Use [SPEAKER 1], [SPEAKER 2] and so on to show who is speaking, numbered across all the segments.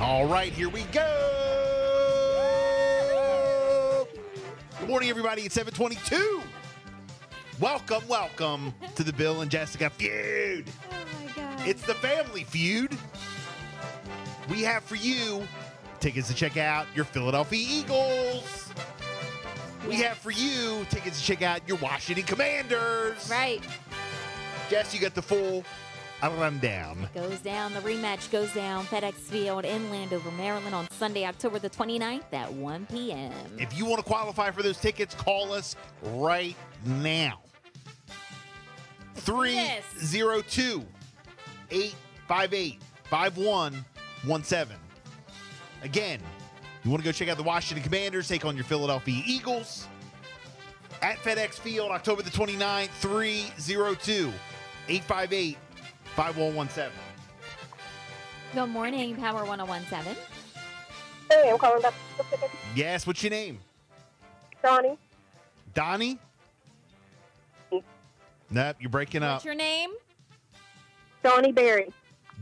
[SPEAKER 1] All right, here we go. Good morning, everybody. It's 722. Welcome, welcome to the Bill and Jessica feud.
[SPEAKER 2] Oh my God.
[SPEAKER 1] It's the family feud. We have for you tickets to check out your Philadelphia Eagles. We have for you tickets to check out your Washington Commanders.
[SPEAKER 2] Right.
[SPEAKER 1] Jess, you got the full rundown.
[SPEAKER 2] Goes down. The rematch goes down. FedEx Field in Landover, Maryland on Sunday, October the 29th at 1 p.m.
[SPEAKER 1] If you want to qualify for those tickets, call us right now. 302 858 5117. Again, you want to go check out the Washington Commanders, take on your Philadelphia Eagles at FedEx Field, October the 29th, 302 858 5117.
[SPEAKER 2] Good morning, Power 1017.
[SPEAKER 3] Hey, I'm calling back to the tickets.
[SPEAKER 1] Yes, what's your name?
[SPEAKER 3] Donnie.
[SPEAKER 1] Donnie? Nope, you're breaking up.
[SPEAKER 2] What's your name?
[SPEAKER 3] Donnie Berry.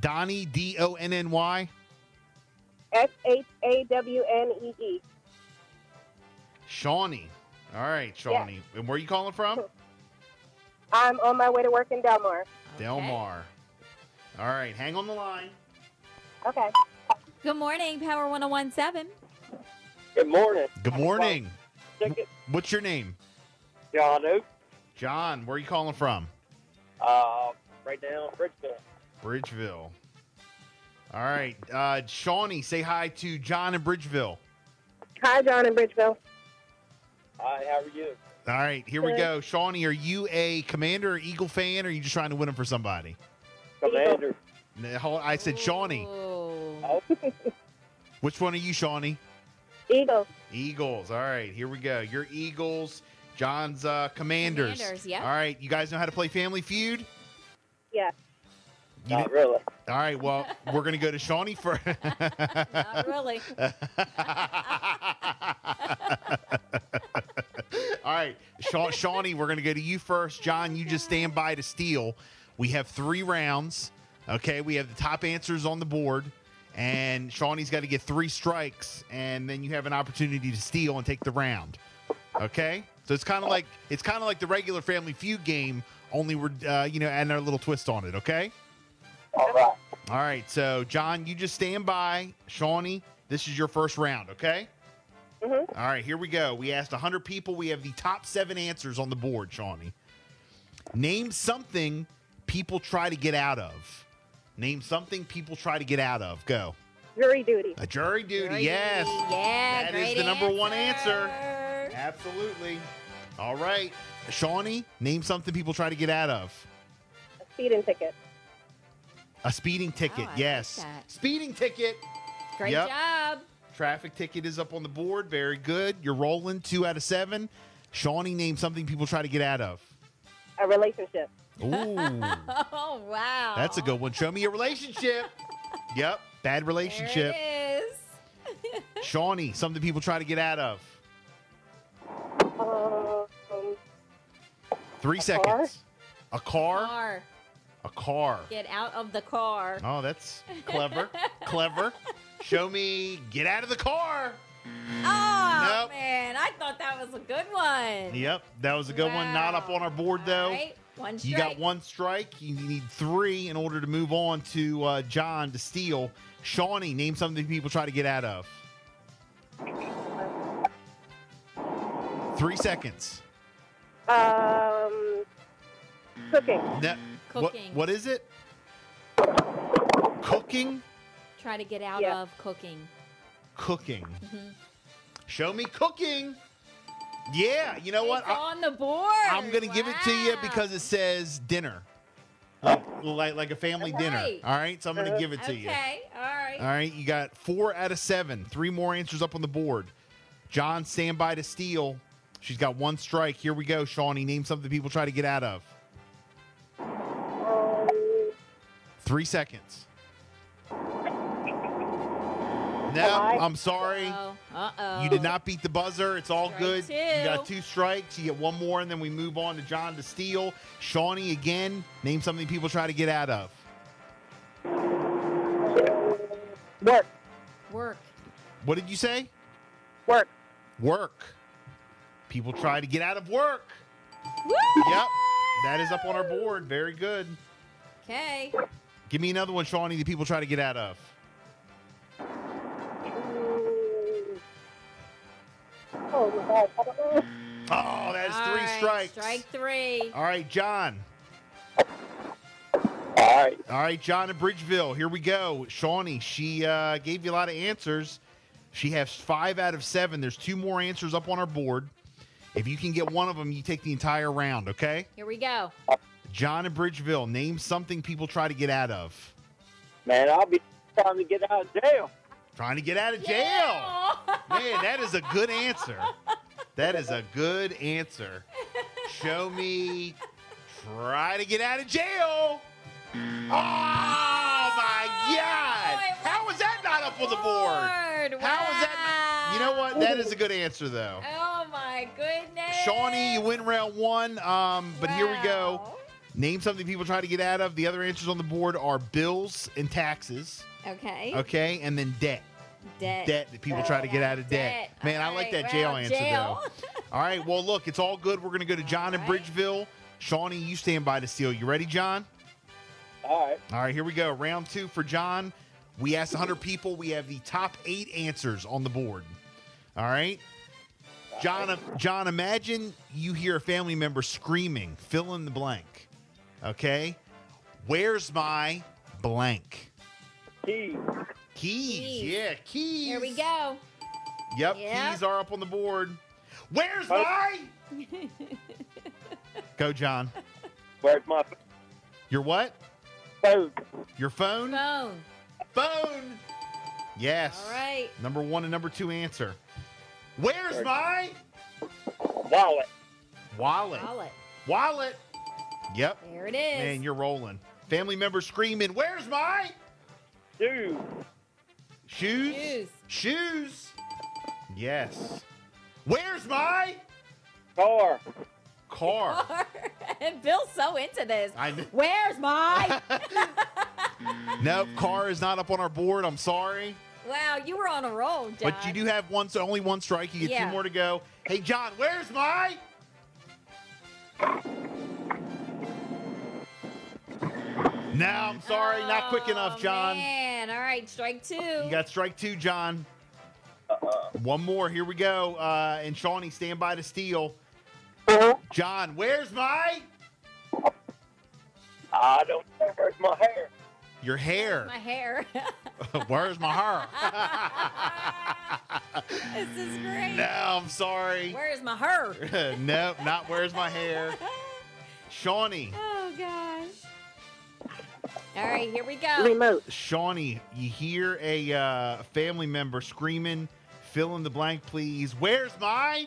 [SPEAKER 1] Donnie, D O N N Y.
[SPEAKER 3] S H A W N E E.
[SPEAKER 1] Shawnee. All right, Shawnee. And where are you calling from?
[SPEAKER 3] I'm on my way to work in Delmar.
[SPEAKER 1] Delmar. All right, hang on the line.
[SPEAKER 3] Okay.
[SPEAKER 2] Good morning, Power 1017.
[SPEAKER 4] Good morning.
[SPEAKER 1] Good morning.
[SPEAKER 4] Ticket,
[SPEAKER 1] What's your name?
[SPEAKER 4] John Oak.
[SPEAKER 1] John, where are you calling from?
[SPEAKER 4] Uh, right now, Bridgeville.
[SPEAKER 1] Bridgeville. All right, uh, Shawnee, say hi to John in Bridgeville.
[SPEAKER 3] Hi, John in Bridgeville.
[SPEAKER 4] Hi, how are you?
[SPEAKER 1] All right, here we
[SPEAKER 3] Good.
[SPEAKER 1] go. Shawnee, are you a Commander or Eagle fan, or are you just trying to win them for somebody?
[SPEAKER 4] Commander.
[SPEAKER 1] No, hold- I said Shawnee.
[SPEAKER 2] Ooh.
[SPEAKER 4] Oh,
[SPEAKER 1] Which one are you, Shawnee?
[SPEAKER 3] Eagle.
[SPEAKER 1] Eagles. All right, here we go. Your Eagles. John's uh, Commanders.
[SPEAKER 2] Commanders, yeah.
[SPEAKER 1] All right, you guys know how to play Family Feud.
[SPEAKER 3] Yeah.
[SPEAKER 1] You
[SPEAKER 4] not really.
[SPEAKER 1] All right, well, we're going to go to Shawnee first.
[SPEAKER 2] Not really.
[SPEAKER 1] All right, Sha- Shawnee, we're going to go to you first. John, you just stand by to steal. We have three rounds. Okay, we have the top answers on the board, and Shawnee's got to get three strikes, and then you have an opportunity to steal and take the round. Okay, so it's kind of like it's kind of like the regular Family Feud game, only we're uh, you know adding our little twist on it. Okay.
[SPEAKER 4] All right.
[SPEAKER 1] All right, so John, you just stand by. Shawnee, this is your first round, okay?
[SPEAKER 3] Mhm.
[SPEAKER 1] All right, here we go. We asked 100 people. We have the top seven answers on the board, Shawnee. Name something people try to get out of. Name something people try to get out of. Go.
[SPEAKER 3] Jury duty.
[SPEAKER 1] A jury duty,
[SPEAKER 2] Great.
[SPEAKER 1] yes.
[SPEAKER 2] Yeah,
[SPEAKER 1] That is
[SPEAKER 2] great
[SPEAKER 1] the number one
[SPEAKER 2] answer.
[SPEAKER 1] Absolutely. All right, Shawnee, name something people try to get out of.
[SPEAKER 3] A speeding ticket.
[SPEAKER 1] A speeding
[SPEAKER 2] Oh,
[SPEAKER 1] ticket,
[SPEAKER 2] I like
[SPEAKER 1] yes.
[SPEAKER 2] that.
[SPEAKER 1] speeding ticket.
[SPEAKER 2] Great
[SPEAKER 1] Yep.
[SPEAKER 2] job.
[SPEAKER 1] Traffic ticket is up on the board. Very good. You're rolling two out of seven. Shawnee named something people try to get out of.
[SPEAKER 3] A relationship.
[SPEAKER 1] Ooh,
[SPEAKER 2] Oh, wow.
[SPEAKER 1] that's a good one. Show me your relationship. Yep, bad relationship.
[SPEAKER 2] There it is.
[SPEAKER 1] Shawnee, something people try to get out of.
[SPEAKER 3] Um,
[SPEAKER 1] Three
[SPEAKER 3] A car?
[SPEAKER 1] seconds. A car.
[SPEAKER 2] Car.
[SPEAKER 1] A car.
[SPEAKER 2] Get out of the car.
[SPEAKER 1] Oh, that's clever. clever. Show me get out of the car.
[SPEAKER 2] Oh,
[SPEAKER 1] Nope.
[SPEAKER 2] man. I thought that was a good one.
[SPEAKER 1] Yep, that was a good one. Not up
[SPEAKER 2] Wow.
[SPEAKER 1] on our board
[SPEAKER 2] All
[SPEAKER 1] though.
[SPEAKER 2] right, One
[SPEAKER 1] You got
[SPEAKER 2] strike.
[SPEAKER 1] one strike. You need three in order to move on to uh, John to steal. Shawnee, name something people try to get out of. Three seconds.
[SPEAKER 3] um, cooking.
[SPEAKER 1] No- what-
[SPEAKER 2] Cooking.
[SPEAKER 1] what is it? Cooking?
[SPEAKER 2] Try to get out
[SPEAKER 3] Yeah.
[SPEAKER 2] of cooking.
[SPEAKER 1] Cooking.
[SPEAKER 2] Mm-hmm.
[SPEAKER 1] Show me cooking. Yeah, you know what?
[SPEAKER 2] It's
[SPEAKER 1] I,
[SPEAKER 2] on the board.
[SPEAKER 1] I'm going to give it to you
[SPEAKER 2] Wow.
[SPEAKER 1] because it says dinner. Like, like, like a family dinner.
[SPEAKER 2] Right.
[SPEAKER 1] All right, so I'm going to give it to
[SPEAKER 2] okay.
[SPEAKER 1] you.
[SPEAKER 2] All right. right.
[SPEAKER 1] All right, you got four out of seven. Three more answers up on the board. John, stand by to steal. She's got one strike. Here we go, Shawnee. Name something people try to get out of.
[SPEAKER 3] Um,
[SPEAKER 1] Three seconds. No,
[SPEAKER 3] Five.
[SPEAKER 1] I'm sorry.
[SPEAKER 2] Uh oh.
[SPEAKER 1] You did not beat the buzzer. It's all
[SPEAKER 2] Strike
[SPEAKER 1] good.
[SPEAKER 2] two.
[SPEAKER 1] You got two strikes. You get one more, and then we move on to John to steal. Shawnee again. Name something people try to get out of.
[SPEAKER 3] Work.
[SPEAKER 2] work.
[SPEAKER 1] What did you say?
[SPEAKER 3] Work.
[SPEAKER 1] Work. People try to get out of work.
[SPEAKER 2] Woo!
[SPEAKER 1] Yep. That is up on our board. Very good.
[SPEAKER 2] Okay.
[SPEAKER 1] Give me another one, Shawnee, that people try to get out of.
[SPEAKER 3] Mm. Oh my God. I don't know.
[SPEAKER 1] Oh, that is three strikes.
[SPEAKER 2] Strike three.
[SPEAKER 1] All right, John.
[SPEAKER 4] All right.
[SPEAKER 1] All right, John in Bridgeville. Here we go. Shawnee, she uh, gave you a lot of answers. She has five out of seven. There's two more answers up on our board. If you can get one of them, you take the entire round, okay?
[SPEAKER 2] Here we go.
[SPEAKER 1] John in Bridgeville, name something people try to get out of.
[SPEAKER 4] Man, I'll be trying to get out of jail.
[SPEAKER 1] Trying to get out of jail. Man, that is a good answer. That is a good answer. Show me. Try to get out of jail. Oh my God! How was that not up on the board?
[SPEAKER 2] board.
[SPEAKER 1] How was that? You know what? That is a good answer though.
[SPEAKER 2] Oh my goodness.
[SPEAKER 1] Shawnee, you win round one. Um, but here we go.
[SPEAKER 2] Wow.
[SPEAKER 1] Name something people try to get out of. The other answers on the board are bills and taxes.
[SPEAKER 2] Okay.
[SPEAKER 1] Okay, and then debt.
[SPEAKER 2] Debt.
[SPEAKER 1] debt that people try to get out of debt. Man, I
[SPEAKER 2] All
[SPEAKER 1] like
[SPEAKER 2] right,
[SPEAKER 1] that jail
[SPEAKER 2] well,
[SPEAKER 1] answer
[SPEAKER 2] jail.
[SPEAKER 1] though. All right, well look, it's all good. We're gonna go to John in
[SPEAKER 2] right.
[SPEAKER 1] Bridgeville. Shawnee, you stand by to steal. You ready, John?
[SPEAKER 4] All right.
[SPEAKER 1] All right, here we go. Round two for John. We asked 100 people. We have the top eight answers on the board. All right, John. John, imagine you hear a family member screaming, "Fill in the blank." Okay, where's my blank?
[SPEAKER 4] Key.
[SPEAKER 1] Keys.
[SPEAKER 2] Keys.
[SPEAKER 1] Yeah, keys.
[SPEAKER 2] Here we go.
[SPEAKER 1] Yep,
[SPEAKER 2] Yep.
[SPEAKER 1] keys are up on the board. Where's
[SPEAKER 4] Oh.
[SPEAKER 1] my? Go, John.
[SPEAKER 4] Where's my
[SPEAKER 1] Your what?
[SPEAKER 4] phone?
[SPEAKER 1] Your phone?
[SPEAKER 2] Phone.
[SPEAKER 1] Phone. Yes.
[SPEAKER 2] All right.
[SPEAKER 1] Number one and number two answer. Where's my
[SPEAKER 4] Wallet.
[SPEAKER 1] wallet?
[SPEAKER 2] Wallet.
[SPEAKER 1] Wallet. Yep.
[SPEAKER 2] There it is.
[SPEAKER 1] Man, you're rolling. Family member screaming, "Where's my
[SPEAKER 4] Dude.
[SPEAKER 1] shoes?
[SPEAKER 2] Shoes.
[SPEAKER 1] Shoes. Yes. Where's my
[SPEAKER 4] Car.
[SPEAKER 1] car?
[SPEAKER 2] and Bill's so into this.
[SPEAKER 1] I kn-
[SPEAKER 2] Where's my?
[SPEAKER 1] nope, car is not up on our board. I'm sorry.
[SPEAKER 2] wow, you were on a roll, John.
[SPEAKER 1] But you do have one, so only one strike. You get
[SPEAKER 2] Yeah.
[SPEAKER 1] two more to go. Hey, John, where's my? No, I'm sorry, not quick enough,
[SPEAKER 2] Oh,
[SPEAKER 1] John.
[SPEAKER 2] Man, all right, strike two.
[SPEAKER 1] You got strike two, John. One more. Here we go. Uh, and Shawnee, stand by to steal. John, where's my?
[SPEAKER 4] I don't know where's my hair.
[SPEAKER 1] Your hair.
[SPEAKER 2] my hair.
[SPEAKER 1] where's my hair?
[SPEAKER 2] this is great.
[SPEAKER 1] no, I'm sorry.
[SPEAKER 2] Where's my hair?
[SPEAKER 1] nope, not where's my hair. Shawnee.
[SPEAKER 2] Oh gosh. All right, here we go.
[SPEAKER 3] Remote.
[SPEAKER 1] Shawnee, you hear a uh, family member screaming, fill in the blank, please. Where's my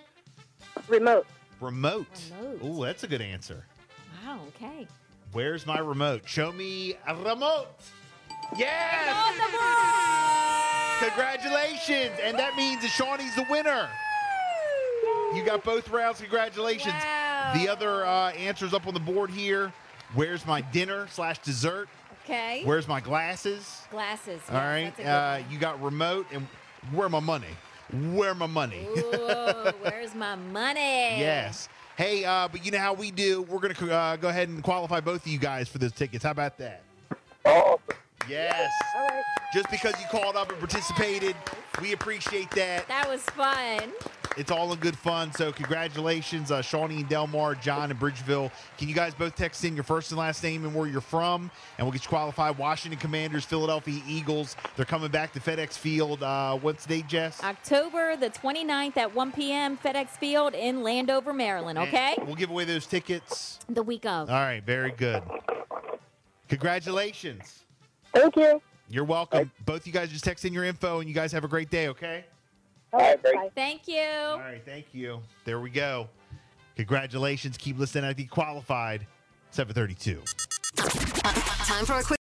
[SPEAKER 3] Remote.
[SPEAKER 1] remote?
[SPEAKER 2] Remote.
[SPEAKER 1] Ooh, that's a good answer.
[SPEAKER 2] Wow. Okay.
[SPEAKER 1] Where's my remote? Show me a remote. Yes!
[SPEAKER 2] On the board.
[SPEAKER 1] Congratulations! And that means that Shawnee's the winner. You got both rounds. Congratulations.
[SPEAKER 2] Wow.
[SPEAKER 1] The other uh, answers up on the board here. Where's my dinner slash dessert?
[SPEAKER 2] Okay.
[SPEAKER 1] Where's my glasses?
[SPEAKER 2] Glasses.
[SPEAKER 1] All right. Uh, you got remote and where my money? Where my money?
[SPEAKER 2] Ooh, where's my money?
[SPEAKER 1] uh, yes. Hey, uh, but you know how we do. We're gonna uh, go ahead and qualify both of you guys for those tickets. How about that?
[SPEAKER 4] Oh,
[SPEAKER 1] Yes. Just because you called up and participated, we appreciate that.
[SPEAKER 2] That was fun.
[SPEAKER 1] It's all in good fun. So congratulations, uh, Shawnee and Delmar, John and Bridgeville. Can you guys both text in your first and last name and where you're from, and we'll get you qualified. Washington Commanders, Philadelphia Eagles. They're coming back to FedEx Field. Uh, what's the date, Jess?
[SPEAKER 2] October the 29th at 1 p.m. FedEx Field in Landover, Maryland. Okay.
[SPEAKER 1] We'll give away those tickets. Uh,
[SPEAKER 2] The week of.
[SPEAKER 1] All right, very good. Congratulations.
[SPEAKER 3] Thank you.
[SPEAKER 1] You're welcome. Both you guys just text in your info and you guys have a great day, okay?
[SPEAKER 4] right, great.
[SPEAKER 3] bye.
[SPEAKER 2] Thank you.
[SPEAKER 1] All right, thank you. There we go. Congratulations. Keep listening. I think qualified. 732.
[SPEAKER 5] Time for a quick.